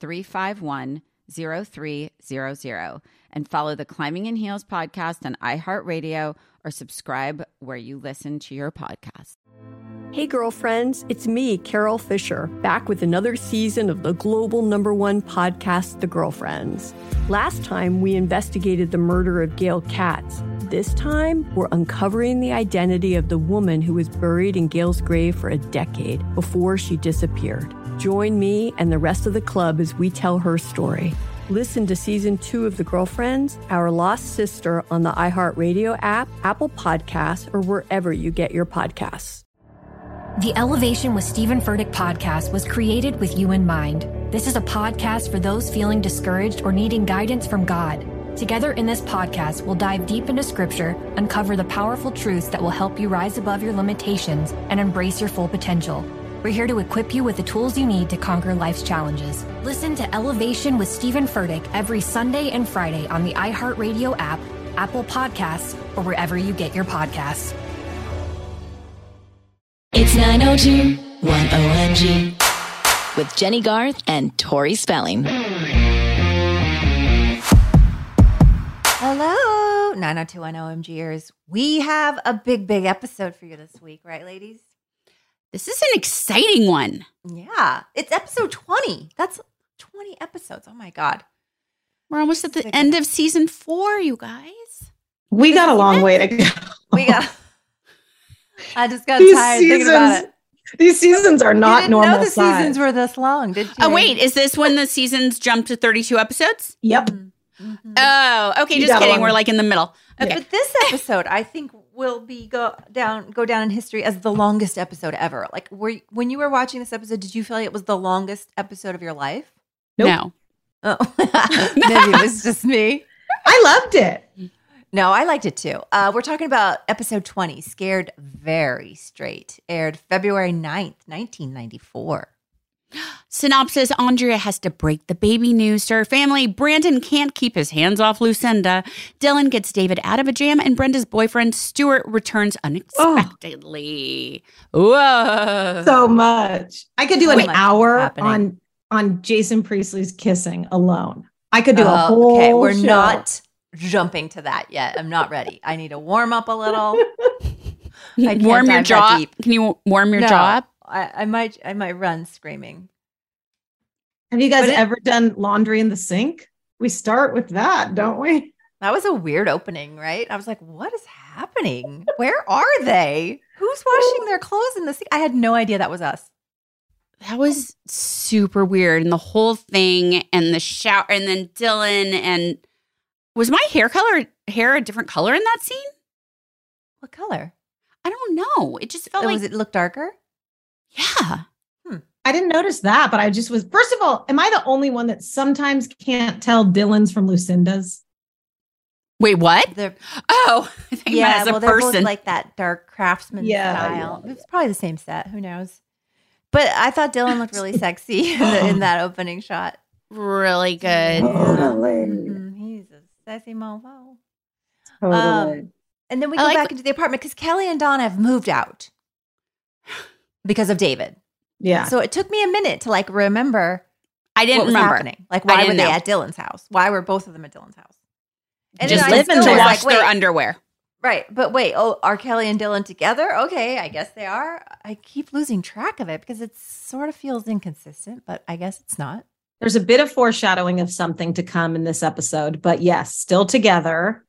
351 0300 and follow the Climbing in Heels podcast on iHeartRadio or subscribe where you listen to your podcast. Hey, girlfriends, it's me, Carol Fisher, back with another season of the global number one podcast, The Girlfriends. Last time, we investigated the murder of Gail Katz. This time, we're uncovering the identity of the woman who was buried in Gail's grave for a decade before she disappeared. Join me and the rest of the club as we tell her story. Listen to season two of The Girlfriends, Our Lost Sister on the iHeartRadio app, Apple Podcasts, or wherever you get your podcasts. The Elevation with Stephen Furtick podcast was created with you in mind. This is a podcast for those feeling discouraged or needing guidance from God. Together in this podcast, we'll dive deep into scripture, uncover the powerful truths that will help you rise above your limitations and embrace your full potential. We're here to equip you with the tools you need to conquer life's challenges. Listen to Elevation with Stephen Furtick every Sunday and Friday on the iHeartRadio app, Apple Podcasts, or wherever you get your podcasts. It's 902 1OMG with Jenny Garth and Tori Spelling. Hello, 90210 OMGers. We have a big, big episode for you this week, right, ladies? This is an exciting one. Yeah. It's episode 20. That's 20 episodes. Oh my God. We're almost at the end of season four, you guys. We got a long way to go. We got, I just got These tired thinking about it. These seasons are You not didn't normal know the size. seasons were this long, did you? Oh, wait, is this when the seasons jumped to 32 episodes? yep. Mhm. Oh, okay, You just got kidding. one. We're like in the middle. Okay. Uh, But this episode, I think, will be go down go down in history as the longest episode ever. Like, were you- when you were watching this episode, did you feel like it was the longest episode of your life? Nope. No. Oh, maybe it was just me. I loved it. No, I liked it too. Uh, we're talking about episode 20, Scared Very Straight, aired February 9th, 1994. Synopsis Andrea has to break the baby news to her family. Brandon can't keep his hands off Lucinda. Dylan gets David out of a jam, and Brenda's boyfriend, Stuart, returns unexpectedly. Whoa. So much. I could do So an much hour happening. on on Jason Priestley's kissing alone. I could do a Uh, whole. okay, we're show. not jumping to that yet. I'm not ready. I need to warm up a little. I can't warm your dive that jaw. deep. Can you warm your No, jaw up? I, I might I might run screaming. Have you guys but it- ever done laundry in the sink? We start with that, don't we? That was a weird opening, right? I was like, what is happening? Where are they? Who's washing their clothes in the sink? I had no idea that was us. That was super weird. And the whole thing and the shower and then Dylan and was my hair color hair a different color in that scene? What color? I don't know. It just felt Oh, like was it look darker? Hmm. yeah. I didn't notice that, but I just was. First of all, am I the only one that sometimes can't tell Dylan's from Lucinda's? Wait, what? The Oh, I think yeah, as a well, they're both person. like that dark craftsman Yeah, style. yeah, It's probably the same set. Who knows? But I thought Dylan looked really sexy in, the, in that opening shot. really good. Mhm, He's a sassy mofo. Um, and then we I go like- back into the apartment because Kelly and Donna have moved out because of David. yeah. So it took me a minute to like remember. I didn't what was remember. happening. Like, why were didn't they know. at Dylan's house? Why were both of them at Dylan's house? And Just then I living still To there. was wash like, their wait, underwear. Right, but wait, oh, are Kelly and Dylan together? Okay, I guess they are. I keep losing track of it because it sort of feels inconsistent, but I guess it's not. There's a bit of foreshadowing of something to come in this episode, but yes, still together,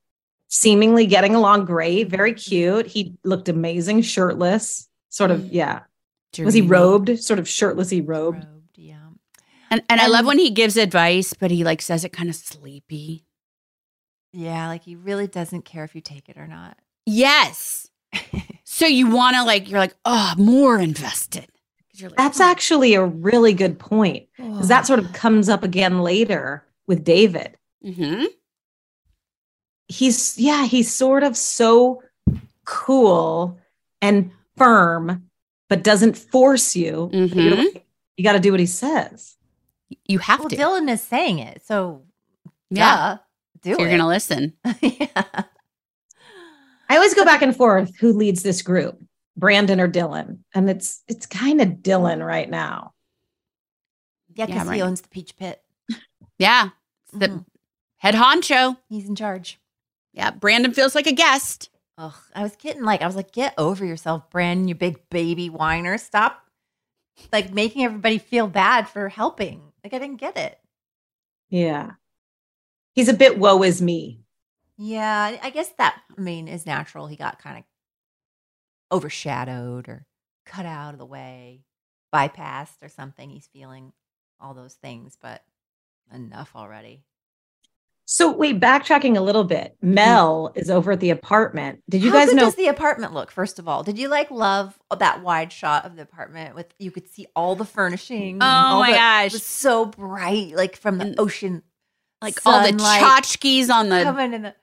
seemingly getting along great, very cute. He looked amazing, shirtless, sort Mm. of, yeah. Was he robed? Sort of shirtlessly robed. Robed, yeah. Um, And, and I And- love when he gives advice, but he like says it kind of sleepy. Yeah, like he really doesn't care if you take it or not. Yes. so you want to like, you're like, oh, more invested. 'Cause you're like, That's "Oh." actually a really good point because that sort of comes up again later with David. Mm-hmm. Mhm. He's, yeah, he's sort of so cool and firm, but doesn't force you. But you're Mhm. like, you got to do what he says. You have Well, to. Dylan is saying it, so yeah. yeah, do So you're it. going to listen. yeah. I always go back and forth who leads this group, Brandon or Dylan. And it's it's kind of Dylan right now. Yeah, because Yeah, right. he owns the peach pit. Yeah. The Mhm. head honcho. He's in charge. Yeah. Brandon feels like a guest. Ugh, I was getting like, I was like, get over yourself, Brandon, you big baby whiner. Stop like making everybody feel bad for helping. Like, I didn't get it. Yeah. He's a bit woe is me. Yeah, I guess that, I mean, is natural. He got kind of overshadowed or cut out of the way, bypassed or something. He's feeling all those things, but enough already. So wait, backtracking a little bit. Mel is over at the apartment. Did you Mm-hmm. How guys good know does the apartment look? First of all, did you like love that wide shot of the apartment with you could see all the furnishings? and Oh all my the- gosh. it was so bright, like from the And ocean, Like all the sunlight tchotchkes on the coming in the.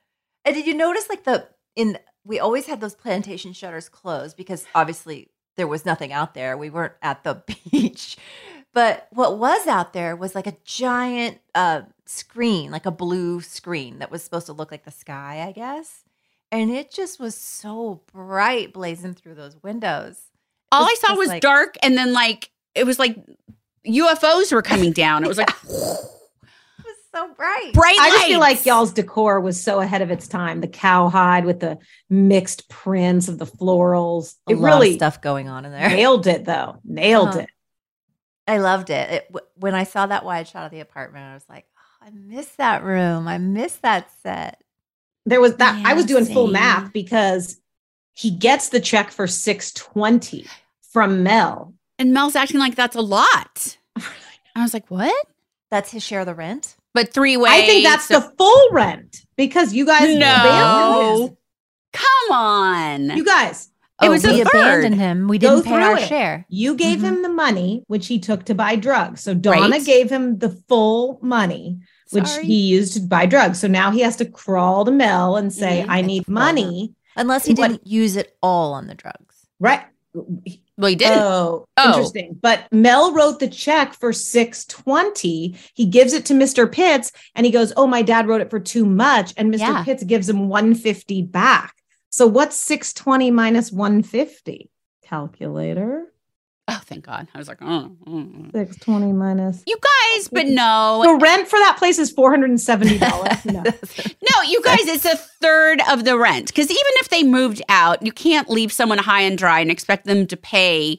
And did you notice like the in? We always had those plantation shutters closed because obviously there was nothing out there. We weren't at the beach, but what was out there was like a giant uh, screen, like a blue screen that was supposed to look like the sky, I guess. And it just was so bright, blazing through those windows. all was I saw just was like- dark, and then like it was like UFOs were coming down. It was like It was so bright. bright. I just feel lights. like y'all's decor was so ahead of its time. The cowhide with the mixed prints of the florals. A It lot of really stuff going on in there. nailed it though. Nailed Uh-huh. it. I loved it. it w- when I saw that wide shot of the apartment, I was like, oh, I miss that room. I miss that set. There was that I was Yeah, doing full same. math because he gets the check for 620 from Mel. and Mel's acting like that's a lot. I was like, what? That's his share of the rent. But three ways. I think that's the full rent because you guys abandoned no. Come on. him. You guys, It was Oh, we a third. abandoned him. We Go didn't pay through our it. share. you gave Mhm. him the money which he took to buy drugs. So Donna Right. gave him the full money which Sorry. he used to buy drugs. So now he has to crawl to Mel and say Mhm. I need money. Unless he What- didn't use it all on the drugs. Right. well, he didn't. Oh, Oh. interesting. But Mel wrote the check for 620. He gives it to Mr. Pitts and he goes, Oh, my dad wrote it for too much. And Mr. Yeah. Pitts gives him 150 back. So what's 620 minus 150? Calculator. oh, thank God. I was like, oh, mm, mm. 620 minus. you guys, but no, The rent for that place is $470. No. no, you guys. It's a third of the rent because even if they moved out, you can't leave someone high and dry and expect them to pay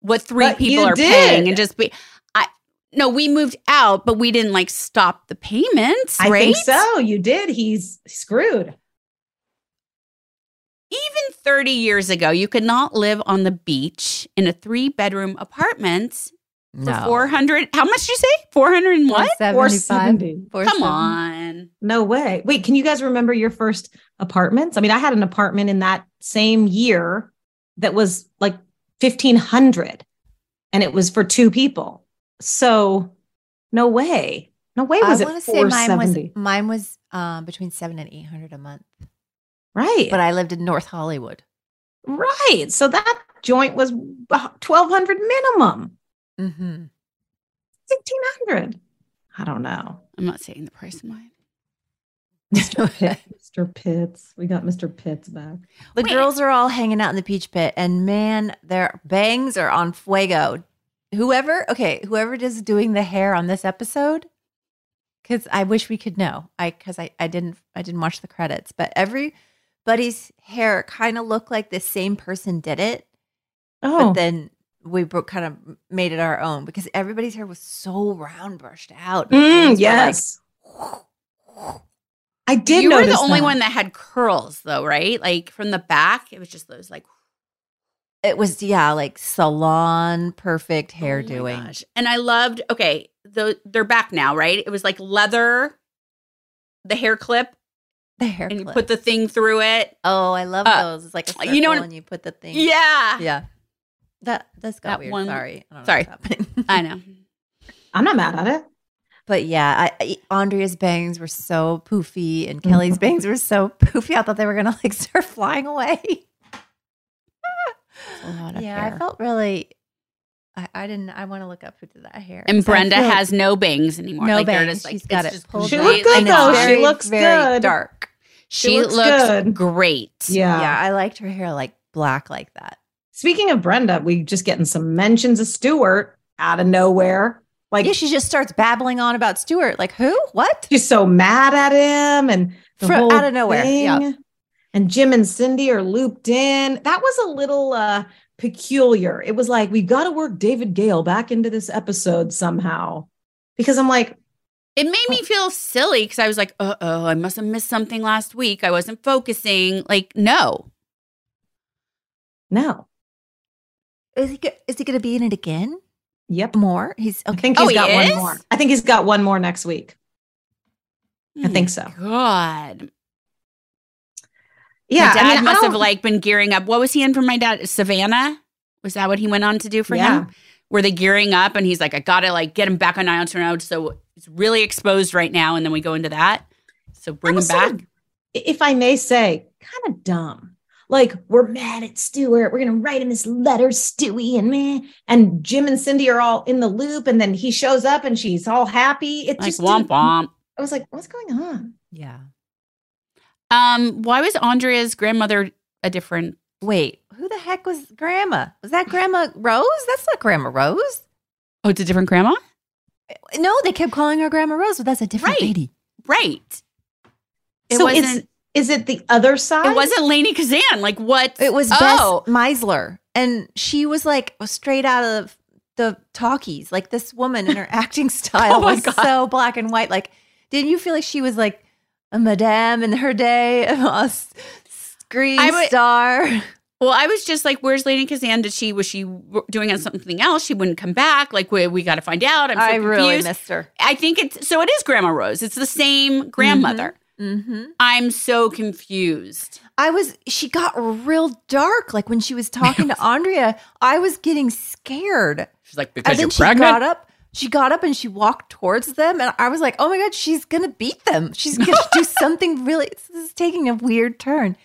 what three But people you are did. paying and just be. I no, we moved out, but we didn't like stop the payments, I right? think so. You did. He's screwed. Even 30 years ago, you could not live on the beach in a three bedroom apartment for 400. How much did you say? 400 and what? 475. 470. Come on. No way. Wait, can you guys remember your first apartments? I mean, I had an apartment in that same year that was like 1500 and it was for two people. So no way. No way was I it want to say mine 470. was mine was um, between seven and eight hundred a month, right. but I lived in North Hollywood. right. So that joint was 1200 minimum. Mm-hmm. 1600. I don't know. I'm not saying the price of mine. Mr. Pitts, Mr. Pitts. We got Mr. Pitts back. The Wait. girls are all hanging out in the peach pit, and man, their bangs are on fuego. Whoever, okay, whoever is doing the hair on this episode, because I wish we could know. I because I, I didn't I didn't watch the credits, but everybody's hair kind of looked like the same person did it, Oh, but then we bro- kind of made it our own because everybody's hair was so round brushed out. and Mm, things were like- yes. I did. you were the notice only that. one that had curls, though, right? Like from the back, it was just those like it was yeah, like salon perfect hair oh my doing. gosh. And I loved. Okay, though they're back now, right? It was like leather, the hair clip, The hair and you clip. put the thing through it. oh, I love Uh, those. It's like a you know circle what- and you put the thing. Yeah, yeah. That that's got That weird. one- Sorry, I don't know sorry. what's happening. I know. I'm not mad at it. But yeah, I, I, Andrea's bangs were so poofy, Mm-hmm. and Kelly's bangs were so poofy. I thought they were gonna like start flying away. A lot of yeah, hair. I felt really. I, I didn't. I want to look up who did that hair. And 'Cause I Brenda feel like has no bangs anymore. no like, they're bangs. Just, like, She's it's got it just pulled. She back, looked completely good, and it's though. She very, looks very good. Dark. She, looks looks, good. great. Yeah. Yeah. I liked her hair like black like that. Speaking of Brenda, we just getting some mentions of Stewart out of nowhere. Like yeah, she just starts babbling on about Stuart. Like who? What? she's so mad at him and the From- whole out of nowhere, yeah. thing. And Jim and Cindy are looped in. That was a little uh peculiar. It was like we got to work David Gale back into this episode somehow. Because I'm like, It made me feel silly because I was like, uh oh, I must have missed something last week. I wasn't focusing. Like, no. no. Is he? go- Is he going to be in it again? Yep. More? He's I okay. think Oh, he's he got is? one more. I think he's got one more next week. I Hmm. think so. God. Yeah. My dad I mean, I must have don't- like been gearing up. What was he in for my dad? Savannah? Was that what he went on to do for Yeah. him? Were they gearing up and he's like, I gotta like get him back on Ion Road. So it's really exposed right now. And then we go into that. So bring I him was sort back. of- if I may say, kind of dumb. Like, we're mad at Stuart. We're going to write him this letter, Stewie, and me. And Jim and Cindy are all in the loop. And then he shows up and she's all happy. It like just womp didn't- womp. I was like, what's going on? yeah. Um, why was Andrea's grandmother a different Wait, who the heck was Grandma? Was that Grandma Rose? That's not Grandma Rose. Oh, it's a different grandma? No, they kept calling her Grandma Rose, but that's a different Right. lady. Right. It so it's, wasn't is it the other side? it wasn't Lainey Kazan. Like what It was oh, Bess Meisler, and she was like straight out of the talkies. Like this woman and her acting style Oh my was God. so black and white. Like, didn't you feel like she was like a madame in her day, a s- screen I would- star? Well, I was just like, "Where's Lady Kazan? Did she was she w- doing on something else? She wouldn't come back. Like we, we got to find out." I'm so I really confused. missed her. I think it's so. It is Grandma Rose. It's the same grandmother. Mm-hmm. I'm so confused. I was she got real dark like when she was talking to Andrea, I was getting scared. She's like, And then she got up. She got up and she walked towards them and I was like, "Oh my god, she's going to beat them. She's going to do something really this is taking a weird turn."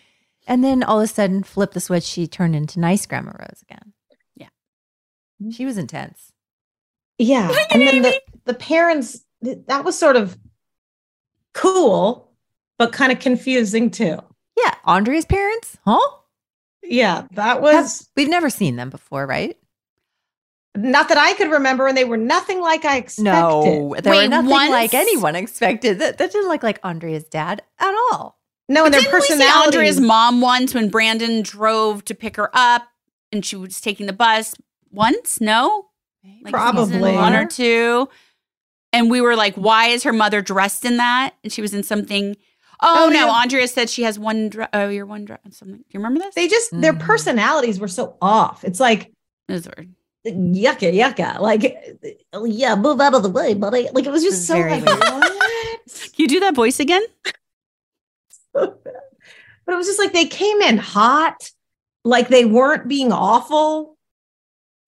And then all of a sudden, flip the switch, she turned into nice grandma Rose again. Yeah. She was intense. Yeah. and then the, the parents, th- that was sort of cool, but kind of confusing too. Yeah, Andrea's parents? Huh? Yeah. That was. We've never seen them before, right? Not that I could remember, and they were nothing like I expected. There were Wait, nothing once- like anyone expected. That that didn't look like Andrea's dad at all. No, and their Didn't we see Andrea's personalities. mom once when Brandon drove to pick her up, and she was taking the bus once? No, like season Probably. one or two. And we were like, "Why is her mother dressed in that?" And she was in something. Oh, Oh, no, yeah. Andrea said she has one. Dr- oh, you're one dress. Something. Do you remember this? They just their Mhm. personalities were so off. It's like It was weird. yucka yucka. Like oh, yeah, move out of the way, buddy. Like it was just so Very like weird. what? Can you do that voice again? but it was just like they came in hot, like they weren't being awful,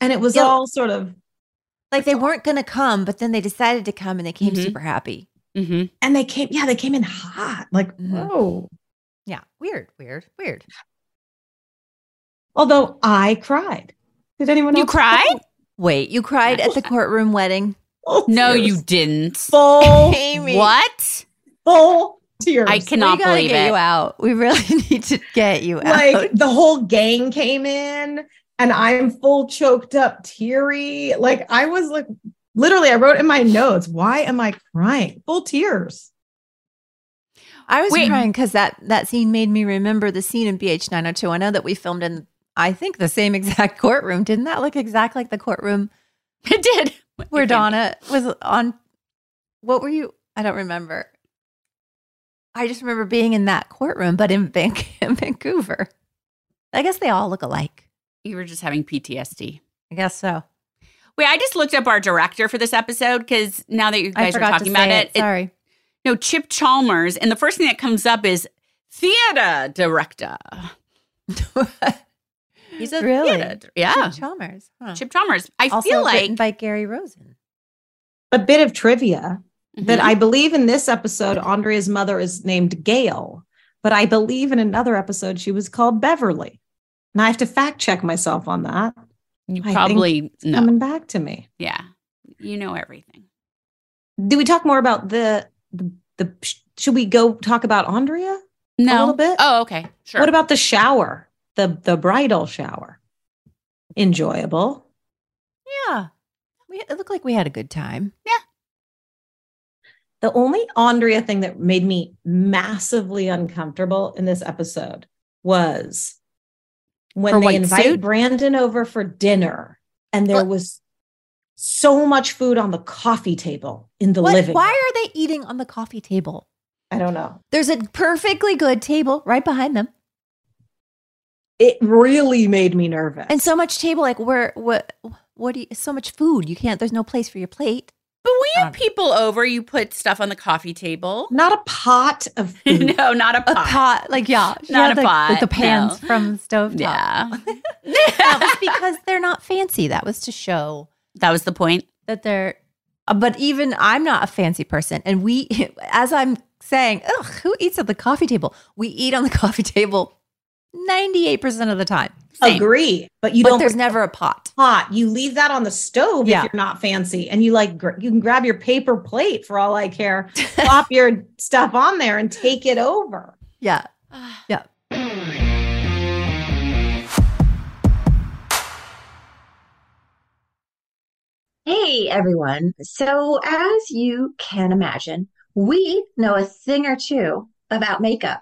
and it was Yeah. all sort of. like they weren't going to come, but then they decided to come and they came Mhm. super happy. Mm-hmm. And they came, yeah, they came in hot. Like Mhm. whoa. Yeah, weird, weird, weird. Although I cried. Did anyone You else cried? Wait, you cried at the courtroom wedding? Full No, tears. you didn't. full Amy, What? full tears. I cannot we gotta believe get it. you out. We really need to get you out. like the whole gang came in and I'm full choked up, teary. Like I was like, literally, I wrote in my notes, why am I crying? Full tears. I was Wait. crying because that that scene made me remember the scene in BH 90210 that we filmed in. I think the same exact courtroom. Didn't that look exact like the courtroom It did. where It did. Donna was on? What were you? I don't remember. I just remember being in that courtroom, but in Van- in Vancouver. I guess they all look alike. You were just having PTSD. I guess so. Wait, I just looked up our director for this episode because now that you I guys are forgot talking to about say it, it. Sorry. no, Chip Chalmers, and the first thing that comes up is theater director. He's a Really? theater, dir- yeah, Chip Chalmers. Huh. Chip Chalmers. I also feel written like by Gary Rosen. A bit of trivia that Mhm. I believe in this episode, Andrea's mother is named Gail, but I believe in another episode she was called Beverly. And I have to fact check myself on that. you I think probably It's know. coming back to me. Yeah, you know everything. Do we talk more about the the, the should we go talk about Andrea? No, little bit. Oh, okay, sure. What about the shower? The the bridal shower. Enjoyable. Yeah. We, it looked like we had a good time. The only Andrea thing that made me massively uncomfortable in this episode was when Her they white invite suit? Brandon over for dinner and there What? was so much food on the coffee table in the What- living why room. are they eating on the coffee table? I don't know. There's a perfectly good table right behind them, It really made me nervous. and so much table. Like where, what, what do you? So much food. You can't. There's no place for your plate. But when you Um, have people over, you put stuff on the coffee table. not a pot of food. no, not a A pot. pot, like yeah, she Not had a the, pot, Like the pans no. from the stove top. Yeah, that was because they're not fancy. That was to show that was the point. that they're. uh, But even I'm not a fancy person, and we, as I'm saying, ugh, who eats at the coffee table? We eat on the coffee table, ninety eight percent of the time. Same. Agree, but you but don't there's never a pot. pot. You leave that on the stove Yeah. if you're not fancy, and you like gr- you can grab your paper plate for all I care, plop your stuff on there, and take it over. Yeah. Yeah. Hey everyone. So, as you can imagine, we know a thing or two about makeup.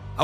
I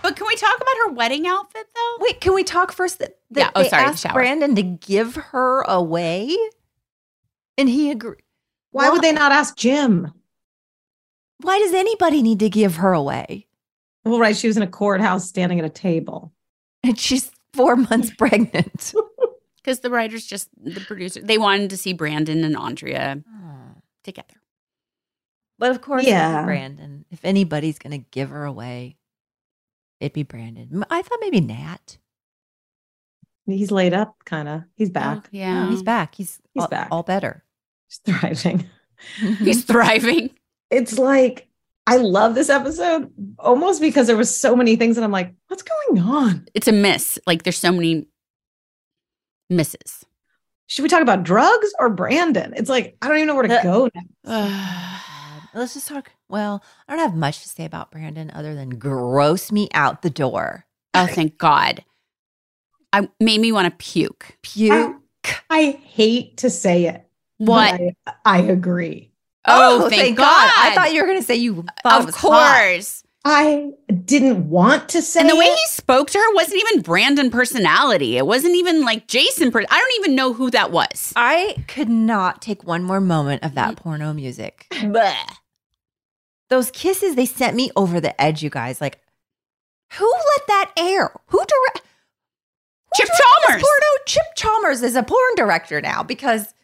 But can we talk about her wedding outfit though? Wait, can we talk first that, that Yeah, oh, they sorry, asked shower. Brandon to give her away? And he agreed. Why would they not ask Jim? Why does anybody need to give her away? Well, right. She was in a courthouse standing at a table. And she's four months pregnant. Because the writers just the producer they wanted to see Brandon and Andrea together. But of course, Yeah. yeah. Brandon. If anybody's going to give her away, it'd be Brandon. M- I thought maybe Nat. He's laid up, kind of. He's Oh, back. Yeah, No, he's back. He's, He's all, back. all better. He's thriving. he's thriving. It's like I love this episode almost because there was so many things that I'm like, what's going on? It's a miss. Like there's so many misses. Should we talk about drugs or Brandon? It's like I don't even know where to Uh, go. Now. Let's just talk. Well, I don't have much to say about Brandon other than gross me out the door. Oh, thank God. I made me want to puke. Puke. I hate to say it. but What? I, I agree. Oh, thank, God. I thought you were going to say you thought it Of was hot. course. I didn't want to say And the way it. he spoke to her wasn't even Brandon personality. It wasn't even like Jason. Per- I don't even know who that was. I could not take one more moment of that porno music. Bleh. Those kisses, they sent me over the edge, you guys. Like, who let that air? Who direct? Chip Chalmers. Porno Chip Chalmers is a porn director now because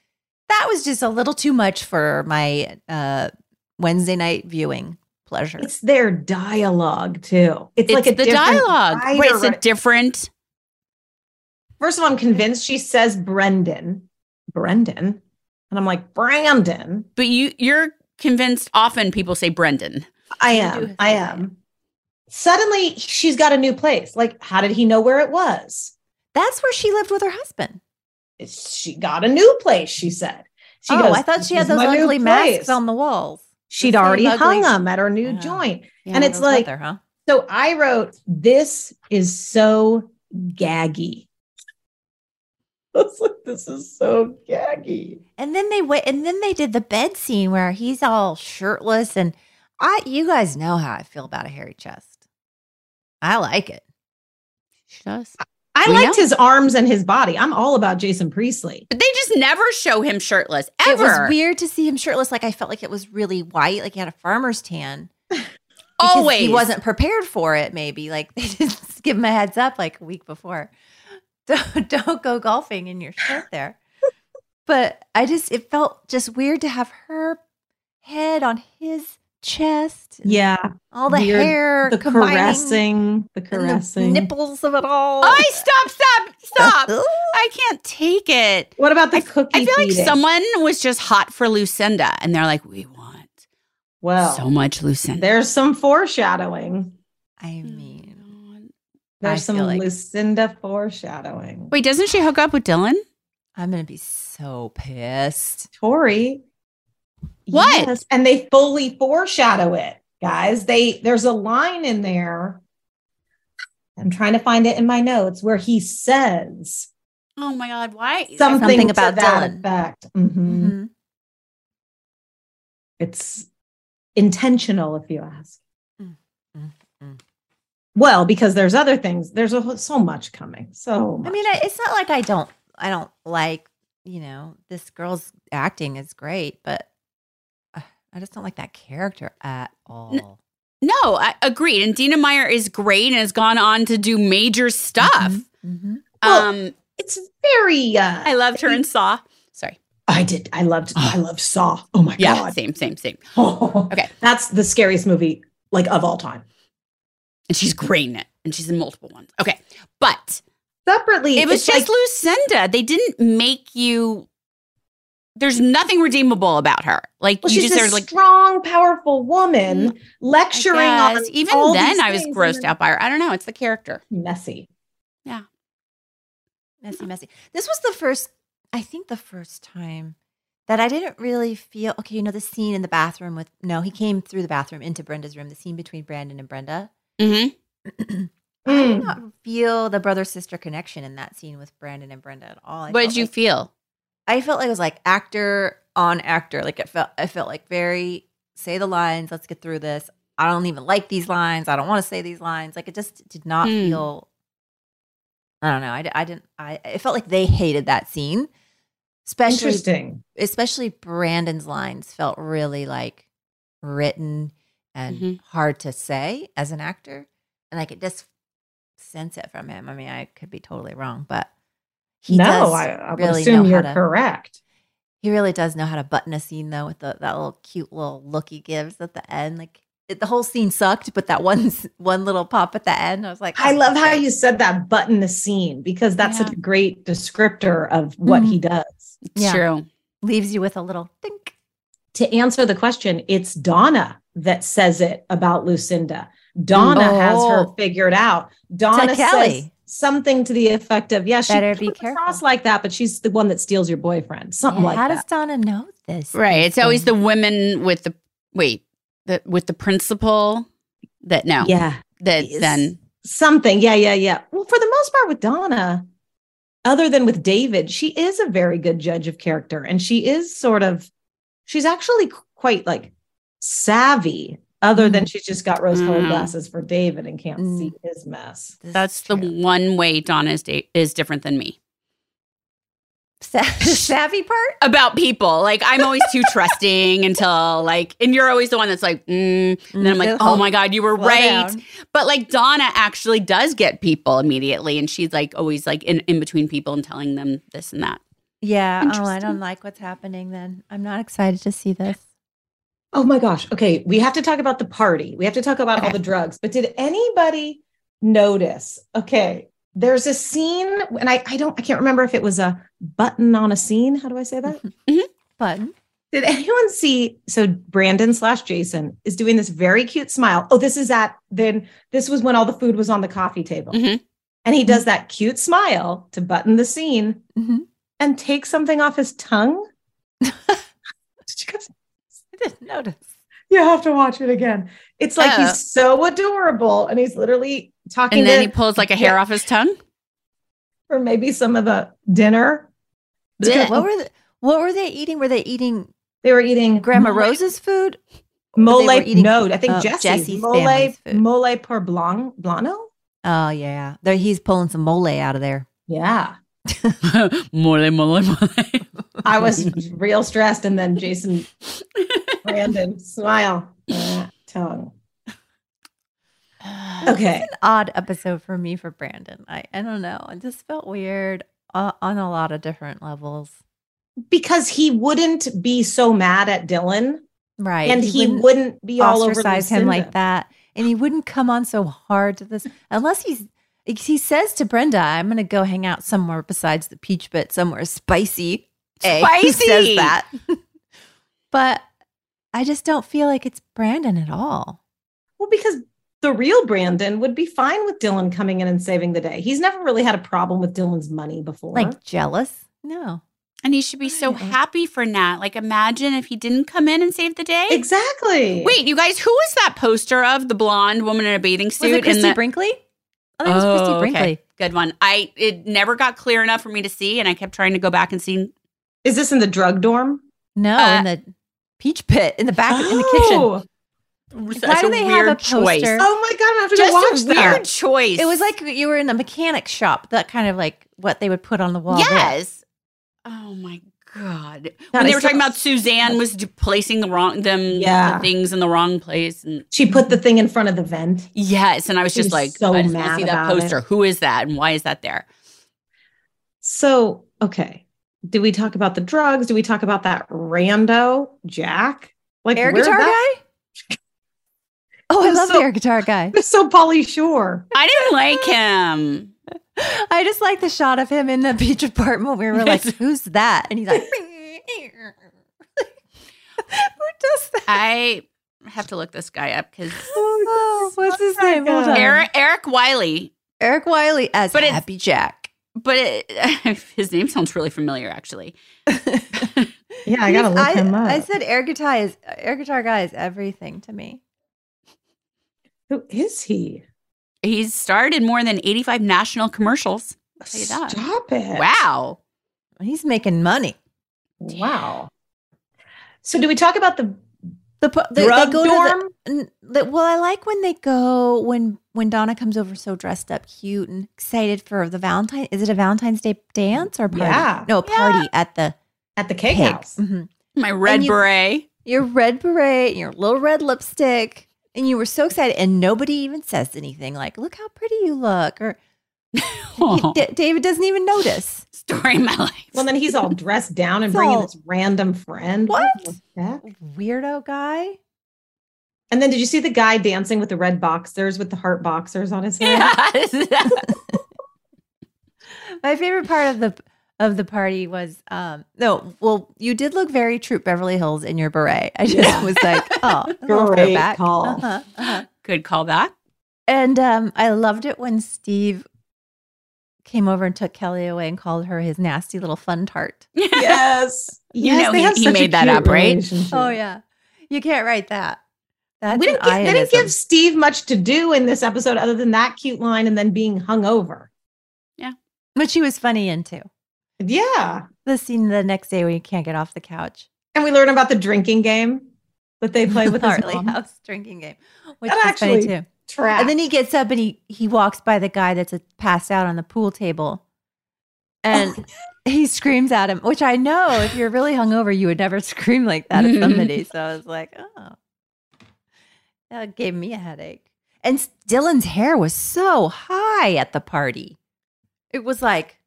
that was just a little too much for my uh, Wednesday night viewing pleasure. it's their dialogue too. It's, It's like a the different dialogue. writer Wait, it's a right- different. First of all, I'm convinced she says Brendan, Brendan, and I'm like Brandon. But you, you're convinced often people say Brendan. I do am. have I that. am. Suddenly, she's got a new place. Like, how did he know where it was? That's where she lived with her husband. She got a new place. She said. She oh, goes, I thought she "This had is those my new ugly place." masks on the walls. She'd the same already ugly- hung them at her new Yeah. joint. Yeah, And it's those went like- there, huh? So I wrote, "This is so gaggy." I was like, "This is so gaggy." And then they went, and then they did the bed scene where he's all shirtless, and I, you guys know how I feel about a hairy chest. I like it. She does. I We liked know. his arms and his body. I'm all about Jason Priestley. But they just never show him shirtless It was ever. weird to see him shirtless. Like I felt like it was really white, like he had a farmer's tan. because Always. he wasn't prepared for it. Maybe like they didn't give him a heads up like a week before. Don't don't go golfing in your shirt there. but I just it felt just weird to have her head on his chest. Yeah, All the Weird. hair, the combining caressing, the and the caressing. nipples of it all. I stop, stop, stop. I can't take it. What about the cookie? I feel like feeding? someone was just hot for Lucinda and they're like, we want Well, so much Lucinda. there's some foreshadowing. I mean, There's I some feel like- Lucinda foreshadowing. Wait, doesn't she hook up with Dylan? I'm gonna be so pissed. Tori. What? And they fully foreshadow it, guys. They there's a line in there I'm trying to find it in my notes where he says Oh my God, why? something, about that effect. Mhm. It's intentional, if you ask. Mm, Well, because there's other things. There's a, whole- so much coming. So I much. mean, I- it's not like I don't I don't like you know this girl's acting is great, but uh, I just don't like that character at all. No, I agreed. And Dina Meyer is great and has gone on to do major stuff. Um, Mm-hmm, it's very. Uh, I loved her in Saw. Sorry. Ah. I did. I loved. I loved Saw. Oh my Yeah, god. same, same, same. okay, that's the scariest movie like of all time. And she's great in it. And she's in multiple ones. Okay. But separately, it was it's just Lucinda. They didn't make you. There's nothing redeemable about her. Like Well, you she's just this there's like Mm, strong, powerful woman lecturing on. guess. even all then these I was things and grossed then- out by her. I don't know. It's the character. Messy. Yeah. Messy, messy. This was the first, I think, the first time that I didn't really feel okay. You know, the scene in the bathroom with no, he came through the bathroom into Brenda's room. The scene between Brandon and Brenda. Mm-hmm. I Mm. did not feel the brother sister connection in that scene with Brandon and Brenda at all. I What did felt you like- feel? I felt like it was like actor on actor. Like it felt, I felt like very say the lines. Let's get through this. I don't even like these lines. I don't want to say these lines. Like it just did not Hmm. feel. I don't know. I, di- I didn't. I it felt like they hated that scene. Especially, Interesting. Especially Brandon's lines felt really like written and Mhm. hard to say as an actor, and I could just sense it from him. I mean, I could be totally wrong, but he no, does I, I would really assume know you're how to- correct. he really does know how to button a scene though with the, that little cute little look he gives at the end. Like it, the whole scene sucked, but that one s- one little pop at the end, I was like, "Oh, I love how you said that button the scene because that's such a great descriptor of what he does. It's true. Mm-hmm. leaves you with a little ding. To answer the question, it's Donna that says it about Lucinda. Donna has her Oh. figured out. Donna says Kelly. something to the effect of, "Yeah, she Better be comes across like that, but she's the one that steals your boyfriend." Something Yeah, like how that. does Donna know this? Right. It's always the women with the wait, the with the principal that no. Yeah. That then something. Yeah, yeah, yeah. Well, for the most part with Donna, other than with David, she is a very good judge of character and she is sort of she's actually qu- quite like savvy other Mm-hmm. than she's just got rose-colored Mhm. glasses for David and can't see Mm. his mess. that's the one way Donna is da- is different than me. the savvy part about people. Like I'm always too trusting until like, and you're always the one that's like, mm. and then I'm like, Mm, oh my god, you were slow right. down. But like Donna actually does get people immediately, and she's like always like in in between people and telling them this and that. Yeah. Oh, I Interesting. don't like what's happening. Then I'm not excited to see this. Oh my gosh. Okay, we have to talk about the party. We have to talk about all the drugs. But did anybody notice? Okay, there's a scene and I I don't I can't remember if it was a button on a scene. How do I say that? Button. Did anyone see? So Brandon slash Jason is doing this very cute smile. Oh, this is at then. This was when all the food was on the coffee table, Mm-hmm. and he does that cute smile to button the scene Mm-hmm. and take something off his tongue. Did you guys? I didn't notice. You have to watch it again. It's like Oh. he's so adorable, and he's literally talking. And to, then he pulls like a hair Yeah. off his tongue. or maybe some of a dinner. It's Blech. good. What were the, what were they eating? Were they eating They were eating Grandma mole- Rose's food? Or mole? they were eating- no, I think Oh, Jesse's, Jesse's mole family's mole por blanc, blano. Oh yeah, there he's pulling some mole out of there. Yeah. Mole, mole, mole. I was real stressed, and then Jason Brandon smile Uh, tongue. Okay, It's an odd episode for me for Brandon. I I don't know. It just felt weird uh, on a lot of different levels. because he wouldn't be so mad at Dylan, Right. And he wouldn't be all over ostracize him like Lucinda. that. And he wouldn't come on so hard to this unless he's he says to Brenda, I'm gonna go hang out somewhere besides the peach pit, somewhere spicy. A, he Spicy! says that. but I just don't feel like it's Brandon at all. Well, because the real Brandon would be fine with Dylan coming in and saving the day. He's never really had a problem with Dylan's money before. Like jealous? No. And he should be so happy for Nat. Like imagine if he didn't come in and save the day. exactly. Wait, you guys, who is that poster of the blonde woman in a bathing Was suit? it in Christy the- Brinkley? I Oh, that was Christy Oh, Brinkley. okay. Good one. I it never got clear enough for me to see, and I kept trying to go back and see. Is this in the drug dorm? No, Uh, in the peach pit in the back in the Oh. kitchen. That's a weird choice. Oh my god, I have to Just go watch a that. weird choice. It was like you were in a mechanic shop. That kind of like what they would put on the wall. there. Yes. Oh my god. when I they were still- talking about Suzanne was d- placing the wrong them Yeah. the things in the wrong place, and She put the thing in front of the vent. yes, and I was She just was like, so I just wanna mad see that about it. poster. Who is that, and why is that there? So, okay. Did we talk about the drugs? Do we talk about that rando Jack? Like Air where guitar that- guy. Oh, I I'm love so- the air guitar guy. So Polly Shore. I didn't like him. I just like the shot of him in the beach apartment. We were like, "Who's that?" And he's like, I have to look this guy up because "Oh, what's his name?" Hold on. Eric, Eric Wiley. Eric Wiley as But it's- Happy Jack. But it, his name sounds really familiar, actually. Yeah, I gotta He's- look I, him up. I said air guitar is air guitar guy is everything to me. Who is he? He's starred in more than 85 national commercials. I'll tell you that. Stop it. Wow. He's making money. Wow. So do we talk about the The, pu- the Drug they go dorm? To the, n- the, well, I like when they go when when Donna comes over so dressed up, cute, and excited for the Valentine. Is it a Valentine's Day dance or party? Yeah. No, a party at the at the cake Pig. house? Mhm. My red you- beret. your red beret and your little red lipstick, and you were so excited, and nobody even says anything like, "Look how pretty you look," or Oh, D- David doesn't even notice. story of my life. Well, then he's all dressed down and bringing this random friend. What? the heck? Weirdo guy. And then did you see the guy dancing with the red boxers with the heart boxers on his head? Yes. My favorite part of the of the party was um no, well, you did look very Troop Beverly Hills in your beret. I just was like, oh, a little Great throwback. call. Uh-huh, uh-huh. Good callback. And um, I loved it when Steve came over and took Kelly away and called her his nasty little fun tart. Yes. You yes, know they he- have he such a made that cute up, right? relationship. Oh yeah, you can't write that. That's we didn't an give, they didn't ionism. give Steve much to do in this episode other than that cute line and then being hung over. which he was funny into Yeah. the scene the next day when you can't get off the couch. And we learn about the drinking game that they play with his Hartley mom. House drinking game, which That was actually funny too. Trash. And then he gets up and he he walks by the guy that's a, passed out on the pool table, and he screams at him. Which I know if you're really hungover, you would never scream like that Mm-hmm. at somebody. so I was like, oh, that gave me a headache. And s- Dylan's hair was so high at the party; it was like,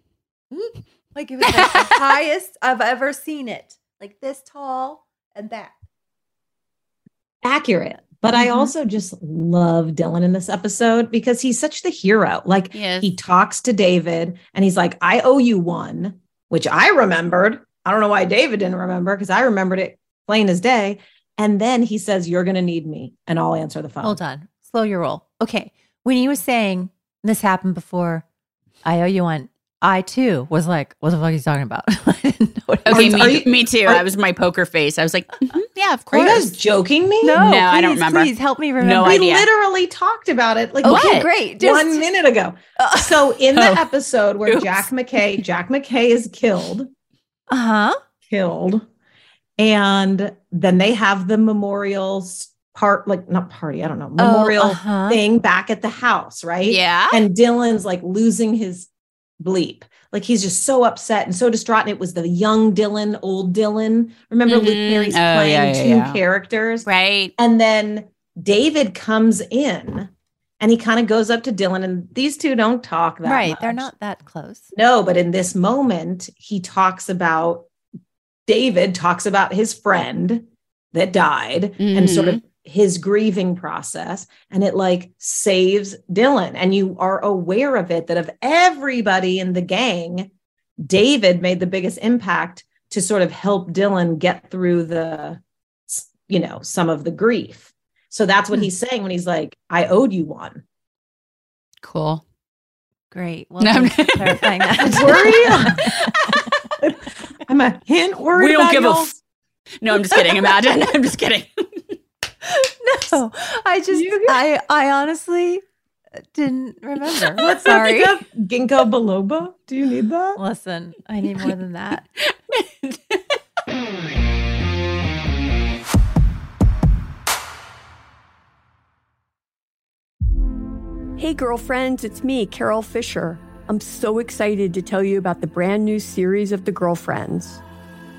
mm, like it was like the highest I've ever seen it, like this tall and that. accurate. But I Mhm. also just love Dylan in this episode because he's such the hero. Like Yes. he talks to David and he's like, I owe you one, which I remembered. I don't know why David didn't remember because I remembered it plain as day. And then he says, You're gonna need me, and I'll answer the phone. Hold on. Slow your roll. Okay. When he was saying this happened before, I owe you one. I too was like, what the fuck are you talking about? I didn't know what I was Okay, Are me, you- me too. are- I was my poker face. I was like, mhm, yeah, of Are course. you guys joking me? No, No, I don't please, remember. Please help me remember. No we idea. literally talked about it like Okay, what? great. Just- one minute ago. so in the Oh. episode where Oops. Jack McKay, Jack McKay is killed. Uh-huh. killed. And then they have the memorial s- part, like not party, I don't know, memorial uh-huh. thing back at the house, right? Yeah. And Dylan's like losing his bleep. Like he's just so upset and so distraught. And it was the young Dylan, old Dylan. Remember Luke Mhm. Perry's Oh, yeah, playing yeah, two yeah. characters? Right. And then David comes in and he kind of goes up to Dylan, and these two don't talk that Right. much. They're not that close. No, but in this moment, he talks about David talks about his friend that died and sort of Mm-hmm. his grieving process. And it like saves Dylan. And you are aware of it that of everybody in the gang, David made the biggest impact to sort of help Dylan get through the, you know, some of the grief. So that's Hmm. what he's saying when he's like, I owed you one. Cool. Great. Well, No, I'm- thanks for clarifying that. Were you? I'm a hint worried. We don't about give a y'all. f- No, I'm just kidding. Imagine. I'm just kidding. no, I just, I, I honestly didn't remember. Let's not Sorry. think of ginkgo biloba. Do you need that? Listen, I need more than that. Hey, girlfriends, it's me, Carol Fisher. I'm so excited to tell you about the brand new series of The Girlfriends.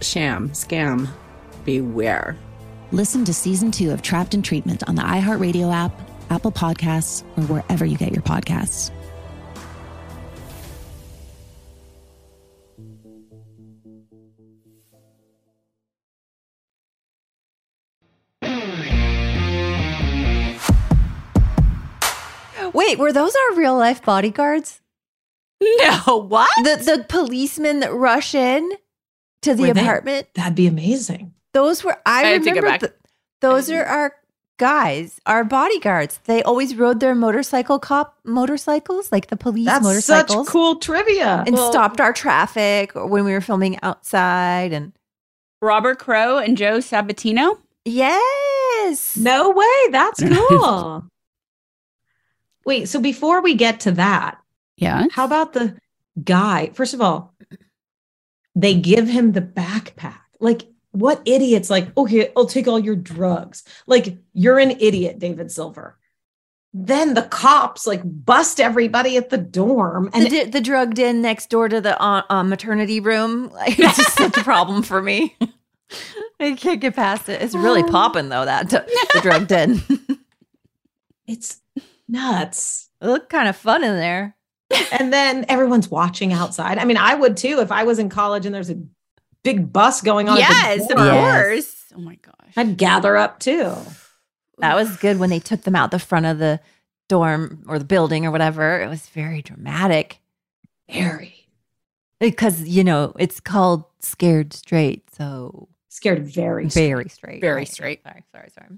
Sham, scam, beware. Listen to season two of Trapped in Treatment on the iHeartRadio app, Apple Podcasts, or wherever you get your podcasts. Wait, were those our real life bodyguards? No, what? The the policemen that rush in to the Were they- apartment. That'd be amazing. Those were I, I have to go remember back. Mm-hmm. th- those are our guys, our bodyguards. They always rode their motorcycle cop motorcycles, like the police That's motorcycles. such cool trivia. and stopped our traffic when we were filming outside and Robert Crow and Joe Sabatino. Yes. No way. That's cool. Wait, so before we get to that, yeah, how about the guy? First of all, they give him the backpack. Like, what idiots? Like, okay, I'll take all your drugs. Like, you're an idiot, David Silver. Then the cops like bust everybody at the dorm, and the, d- the drug den next door to the uh, uh, maternity room. Like, it's just such a problem for me. I can't get past it. It's Um, really popping though. That d- the drug den. it's nuts. It looked kind of fun in there. and then everyone's watching outside. I mean, I would too if I was in college and there's a big bus going on. at the Yes, of door. course. Oh my gosh. I'd gather up too. That was good when they took them out the front of the dorm or the building or whatever. It was very dramatic. Very. Because, you know, it's called Scared Straight. So Scared very very straight. Very right. straight. Sorry, sorry, sorry.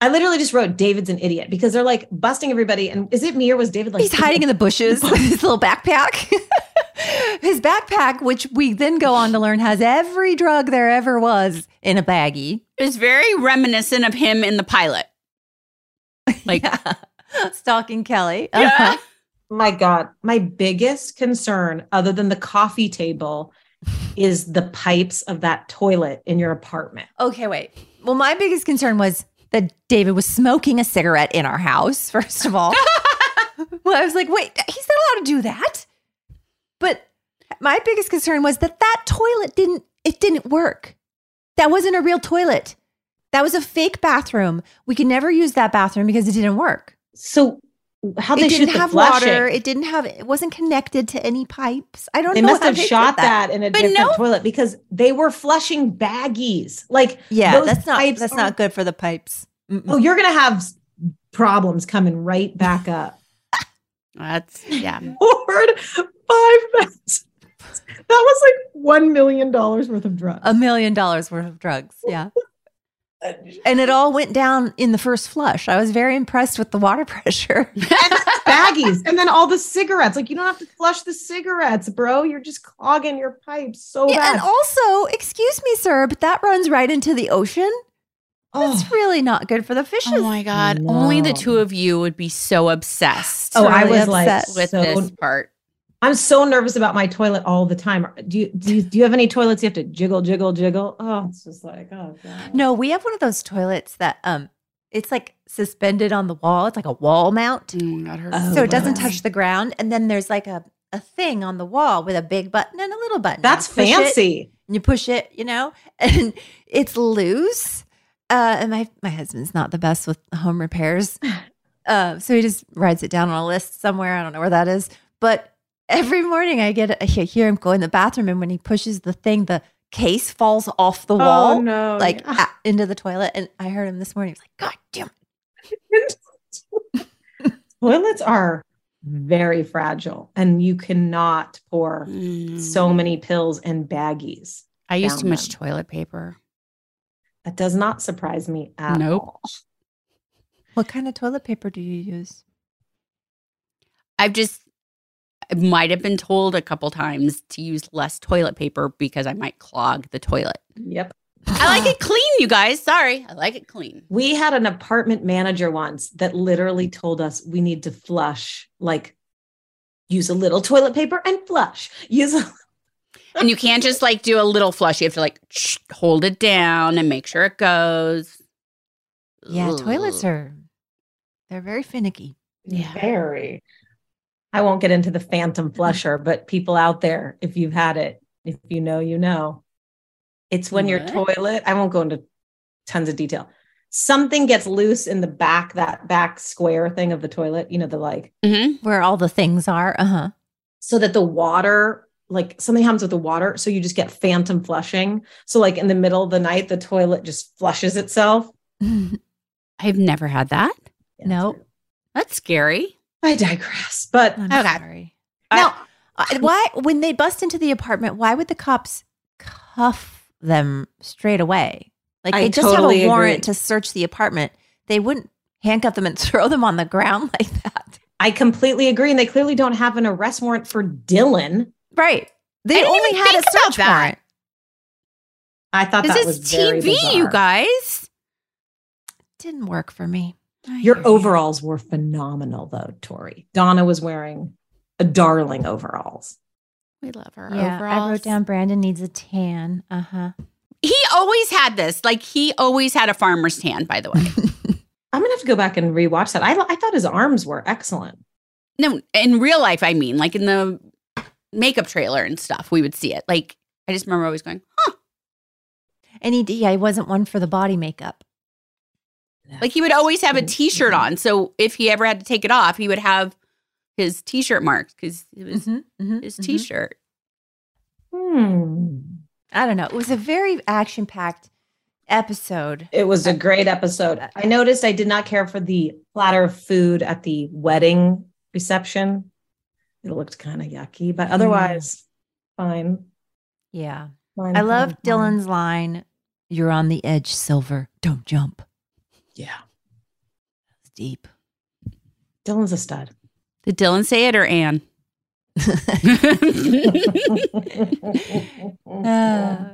I literally just wrote David's an idiot because they're like busting everybody. And is it me or was David like He's hiding in the bushes with his little backpack. his backpack, which we then go on to learn has every drug there ever was in a baggie. It was very reminiscent of him in the pilot. Like, Stalking Kelly. Uh-huh. Yeah. My God, my biggest concern, other than the coffee table, is the pipes of that toilet in your apartment. Okay, wait. Well, my biggest concern was that David was smoking a cigarette in our house, first of all. well, I was like, wait, he's not allowed to do that. But my biggest concern was that that toilet didn't it didn't work. That wasn't a real toilet. That was a fake bathroom. We could never use that bathroom because it didn't work. So how it they shoot didn't the have flushing? water. It didn't have it wasn't connected to any pipes. I don't They know. must how have they did shot that. in a But different no- toilet because they were flushing baggies. Like Yeah, those that's not pipes that's are- not good for the pipes. Mm-mm. Oh, you're gonna have s- problems coming right back up. that's, yeah. Lord, five minutes. That was like one million dollars worth of drugs. a million dollars worth of drugs. Yeah. and it all went down in the first flush. I was very impressed with the water pressure. baggies and then all the cigarettes. Like you don't have to flush the cigarettes, bro. You're just clogging your pipes so Yeah, bad. and also, excuse me, sir, but that runs right into the ocean. That's Oh. really not good for the fishes. Oh my God. Only the two of you would be so obsessed. Oh, I really was like upset with so- this part. I'm so nervous about my toilet all the time. Do you, do you do you have any toilets you have to jiggle, jiggle, jiggle? Oh, it's just like oh god. No, we have one of those toilets that um it's like suspended on the wall. It's like a wall mount. so it doesn't touch the ground. And then there's like a, a thing on the wall with a big button and a little button. That's You push it, fancy. and you push it, you know, and it's loose. Uh, and my my husband's not the best with home repairs, uh, so he just writes it down on a list somewhere. I don't know where that is, but every morning I get I hear him go in the bathroom, and when he pushes the thing, the case falls off the Oh, wall, no. like a- into the toilet. And I heard him this morning. He's like, "God damn it!" toilets are very fragile and you cannot pour so Mm. many pills and baggies. I used down too much them. toilet paper. That does not surprise me at Nope. all. What kind of toilet paper do you use? I've just I might have been told a couple times to use less toilet paper because I might clog the toilet. Yep. I like it clean, you guys. Sorry. I like it clean. We had an apartment manager once that literally told us we need to flush, like use a little toilet paper and flush. Use a And you can't just like do a little flush. You have to like sh- hold it down and make sure it goes. Yeah, toilets Ugh. are they're very finicky. very. I won't get into the phantom flusher, but people out there, if you've had it, if you know, you know. It's when your What? toilet, I won't go into tons of detail. Something gets loose in the back, that back square thing of the toilet, you know, the like, Mhm. Mm-hmm. Where all the things are, uh huh. so that the water, like something happens with the water. So you just get phantom flushing. So, like in the middle of the night, the toilet just flushes itself. I've never had that. no, That's scary. I digress, but I'm Okay. sorry. Now, I- why when they bust into the apartment, why would the cops cuff them straight away? Like I they just totally agree. have a warrant to search the apartment. They wouldn't handcuff them and throw them on the ground like that, I completely agree. And they clearly don't have an arrest warrant for Dylan. right? I They didn't only even had a think about search that. warrant. I thought This that is was very TV, you bizarre. guys. Didn't work for me. I hear Your you. overalls were phenomenal, though, Tori. Donna was wearing a darling overalls. We love her Yeah, I overalls. wrote down Brandon needs a tan. Uh huh. He always had this. Like he always had a farmer's tan, by the way. I'm gonna have to go back and rewatch that. I, I thought his arms were excellent. no, in real life, I mean, like in the makeup trailer and stuff, we would see it. Like I just remember always going, huh. And he, yeah, he wasn't one for the body makeup. Mm-hmm. Like he would always have a t-shirt on. So if he ever had to take it off, he would have his t-shirt marks because it Mm-hmm, was his t-shirt. Hmm. I don't know. It was a very action packed episode. It was a great episode. I noticed I did not care for the platter of food at the wedding reception. It looked kind of yucky, but otherwise, fine. Hmm. Yeah. Fine, I fine, love fine. Dylan's line You're on the edge, Silver. Don't jump. Yeah. It's deep. Dylan's a stud. Did Dylan say it or Anne? Uh,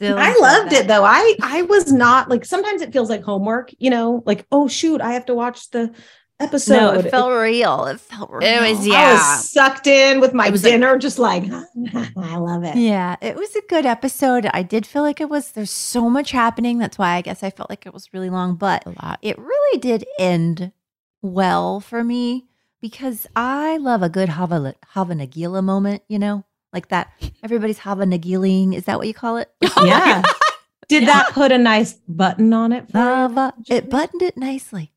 I loved it though. I I was not like sometimes it feels like homework, you know, like oh shoot, I have to watch the episode. No, it felt real. It felt real. It was I was sucked in with my dinner, just like I love it. Yeah, it was a good episode. I did feel like it was there's so much happening. That's why I guess I felt like it was really long, but a lot. it really did end well for me because I love a good Hava Hava Nagila moment, you know? Like that everybody's Hava Nagiling. Is that what you call it? yeah. Did that put a nice button on it? For Hava it buttoned it nicely.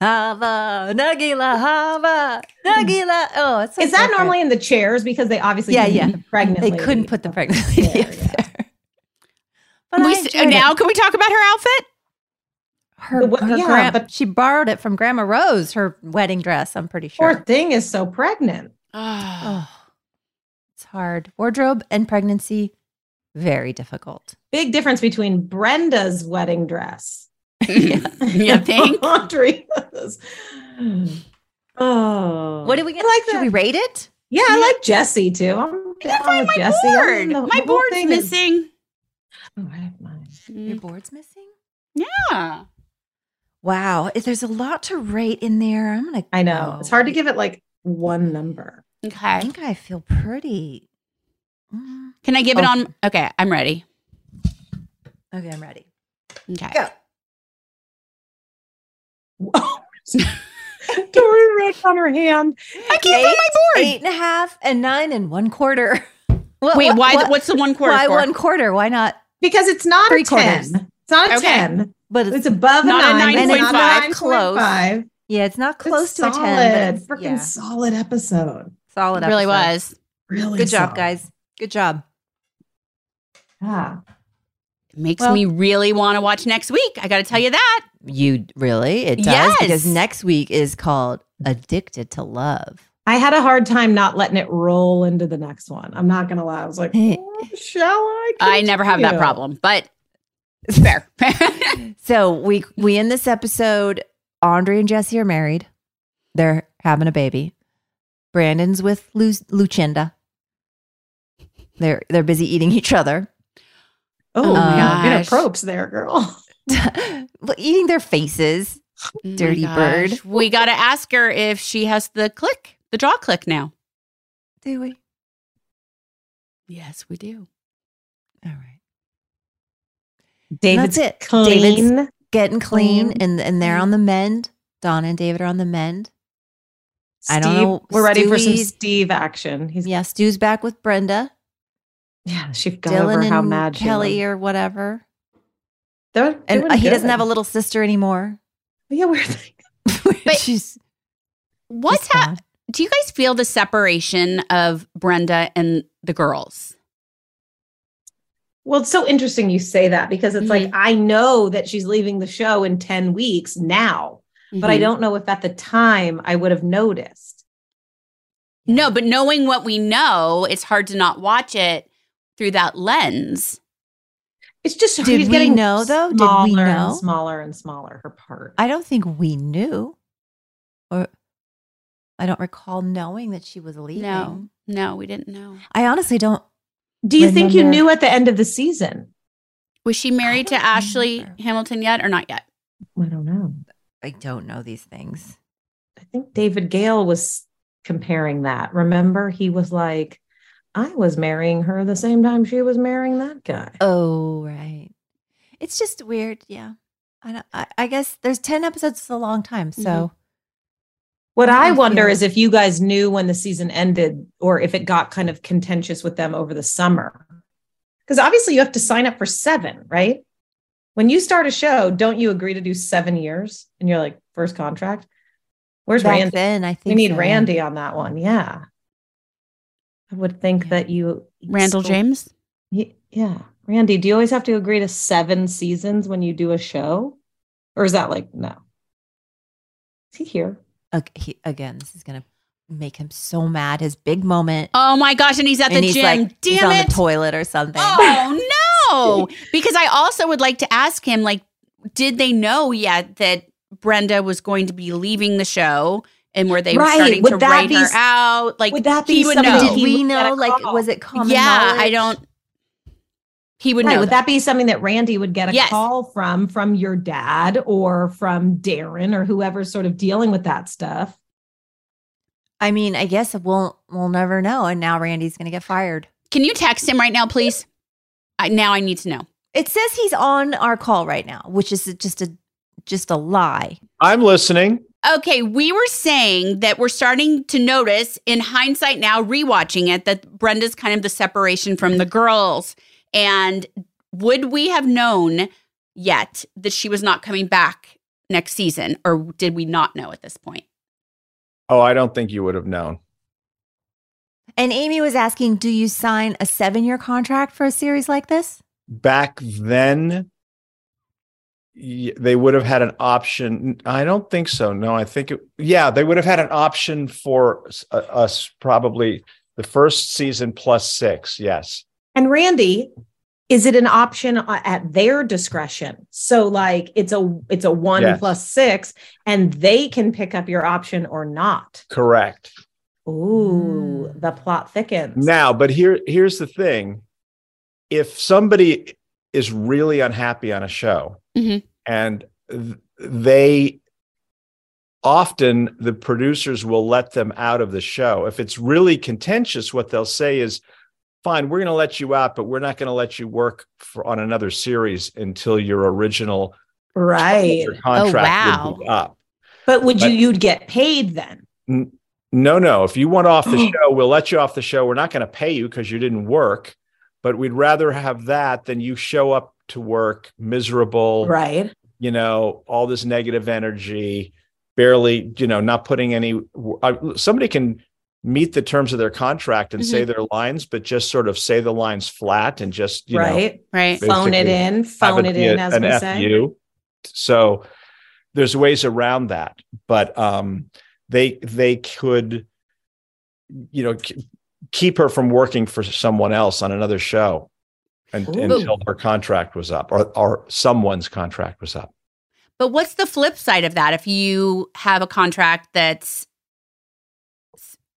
Hava Nagila Hava Mm. Nagila. Oh, it's so Is that different. normally in the chairs because they obviously Yeah, couldn't yeah. put the Pregnant. They lady. couldn't put the pregnant lady up there. But We I s- enjoyed now it. can we talk about her outfit? her, The wa- her yeah, gran- but- she borrowed it from Grandma Rose, her wedding dress. I'm pretty sure. Poor thing is so pregnant. Ah. oh, it's hard. Wardrobe and pregnancy, very difficult. Big difference between Brenda's wedding dress. You think? Andrea's. Oh. What do we get? Should we rate it? Yeah, I like Jesse too. I'm down with Jesse. I Board. mean, the- the My whole board's thing is- missing. Oh, I have mine. Your board's missing. Mm-hmm. Yeah. Wow, if there's a lot to rate in there. I'm gonna. I know. It's hard to give it like one number. I Okay. think I feel pretty. Mm. Can I give it on? Okay, I'm ready. Okay, I'm ready. Okay. Dory wrote on her hand. I can't find my board. Eight and a half and nine and one quarter. What- Wait, what- why? what- what's the one quarter Why for? one quarter? Why not? Because it's not Three a 10. quarters. It's not a Okay. 10. But It's above Not a a 9. nine it's point not five. Close. 9.5. Yeah, it's not It's close to a ten. But solid. Freaking it's, yeah, solid episode. solid. It really episode. was. Really Good job, solid. guys. Good job. Yeah. It makes Well- me really want to watch next week. I got to tell you that. You really? It does Yes. because next week is called Addicted to Love. I had a hard time not letting it roll into the next one. I'm not gonna lie. I was like, "Oh, shall I? I never have that continue?" problem, but it's fair. So we we end this episode. Andre and Jesse are married. They're having a baby. Brandon's with Lu- Lucinda. They're they're busy eating each other, Um, Oh Oh my gosh. my god, bit of probes there, girl. Well, eating their faces. Oh my Dirty bird. gosh. We got to ask her if she has the click, the draw click now. Do we? Yes, we do. All right. David's it. clean. Getting clean, Clean. and and they're on the mend. Donna and David are on the mend. I don't Steve- know. We're ready for some Stewie's- Steve action. He's Yeah, Stu's back with Brenda. yeah, she got over Dylan how and mad she Kelly was. or whatever. They're And doing uh, he doesn't good. have a little sister anymore. Yeah, we're like, she's What's she's hap- gone. Do you guys feel the separation of Brenda and the girls? well, it's so interesting you say that because it's Mm-hmm. like I know that she's leaving the show in 10 weeks now, but I Mm-hmm. Mhm. don't know if at the time I would have noticed. No, but knowing what we know, it's hard to not watch it through that lens. It's just Did she's we getting know, though? Did we Smaller know? And smaller and smaller her part. I don't think we knew, or I don't recall knowing that she was leaving. No, no, we didn't know. I honestly don't. Do you think you Remember- knew at the end of the season? Was she married to don't Ashley remember. Hamilton yet or not yet? I don't know. I don't know these things. I think David Gale was comparing that. Remember, he was like, I was marrying her the same time she was marrying that guy. Oh right, it's just weird. Yeah, I don't. I, I guess there's ten episodes. It's a long time, so Mm-hmm. What I I Oh, wonder feel- is if you guys knew when the season ended or if it got kind of contentious with them over the summer. Because obviously you have to sign up for seven, right? When you start a show, don't you agree to do seven years? And you're like, first contract. Where's Back Randy? then, I we think need so, yeah. Randy on that one. Yeah. I would think that you Randall James? Ye- Yeah. Randy, do you always have to agree to seven seasons when you do a show? Or is that like no? Is he here? Ag- he- again, this is gonna make him so mad. His big moment. Oh my gosh, and he's at the and he's gym. Like, Damn he's on it. the toilet or something. Oh no! Because I also would like to ask him, like, did they know yet that Brenda was going to be leaving the show, and were they Right, starting would to that write be her s- out? Like, would that be he would something know? that he Did we would get a know? Like, call? was it common? yeah, I knowledge? don't. He would Right, know. would that be something that Randy would get a Yes. call from from your dad or from Darren or whoever's sort of dealing with that stuff? I mean, I guess we'll we'll never know. And now Randy's gonna get fired. Can you text him right now, please? I, now I need to know. It says he's on our call right now, which is just a just a lie. I'm listening. Okay, we were saying that we're starting to notice in hindsight now, rewatching it, that Brenda's kind of the separation from the girls. And would we have known yet that she was not coming back next season, or did we not know at this point? Oh, I don't think you would have known. And Amy was asking, do you sign a seven year contract for a series like this? Back then, y- they would have had an option. I don't think so. No, I think, it, yeah, they would have had an option for s- uh, us probably the first season plus six. Yes. And Randy, is it an option a- at their discretion? So like it's a it's a 1 Yes. plus 6 and they can pick up your option or not. Correct. Ooh, Mm. the plot thickens. Now, but here here's the thing. If somebody is really unhappy on a show Mhm. and th- they often the producers will let them out of the show. If it's really contentious, what they'll say is, fine, we're going to let you out, but we're not going to let you work for, on another series until your original Right. contract Oh, would be up. But would you But- you'd get paid then? N- no, no. If you want off the show, we'll let you off the show. We're not going to pay you because you didn't work, but we'd rather have that than you show up to work miserable, Right. You know, all this negative energy, barely, you know, not putting any. I, somebody can meet the terms of their contract and say Mhm. their lines, but just sort of say the lines flat and just, you know, right. right. Phone it basically in, have phone it be in a- as an we say. FU. So there's ways around that, but um, they they could, you know, k- keep her from working for someone else on another show, and, Ooh. until her contract was up or or someone's contract was up. But what's the flip side of that? If you have a contract that's,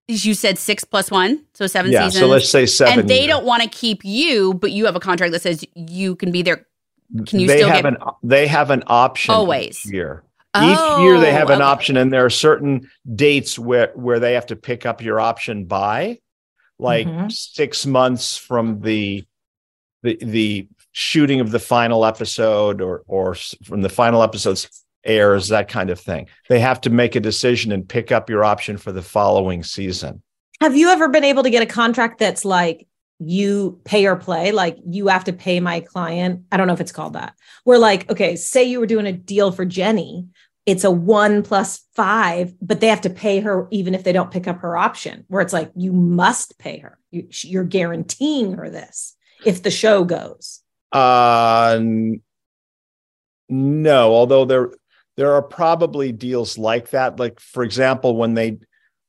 you said six plus one, so seven yeah. seasons. So let's say seven. and they years. don't want to keep you, but you have a contract that says you can be there. Can you they still have get? an they have an option Always. each year. each year they have Oh, an okay. option, and there are certain dates where where they have to pick up your option by, like Mm-hmm. Mhm. six months from the the the shooting of the final episode, or or s- from the final episode's airs, that kind of thing. They have to make a decision and pick up your option for the following season. Have you ever been able to get a contract that's like you pay or play, like you have to pay my client? I don't know if it's called that. We're like, okay, say you were doing a deal for Jenny, it's a one plus five, but they have to pay her even if they don't pick up her option, where it's like, you must pay her. You, sh- you're guaranteeing her this if the show goes. Uh, n- no, although there there are probably deals like that. Like for example, when they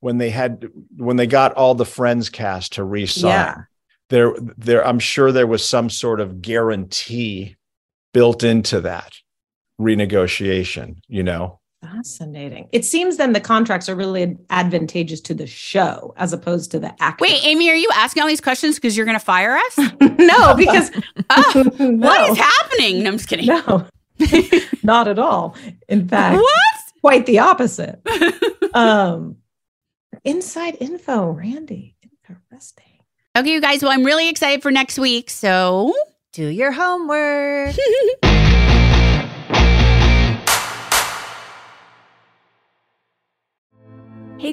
when they had when they got all the Friends cast to re-sign, Yeah. there there I'm sure there was some sort of guarantee built into that renegotiation. You know, Fascinating. It seems then the contracts are really advantageous to the show as opposed to the actor. Wait, Amy, are you asking all these questions because you're going to fire us? no, because ah, Oh, What No. is happening? No, I'm just kidding. No, not at all. In fact, What? Quite the opposite. um, inside info, Randy. Interesting. Okay, you guys. Well, I'm really excited for next week. So do your homework. Hey,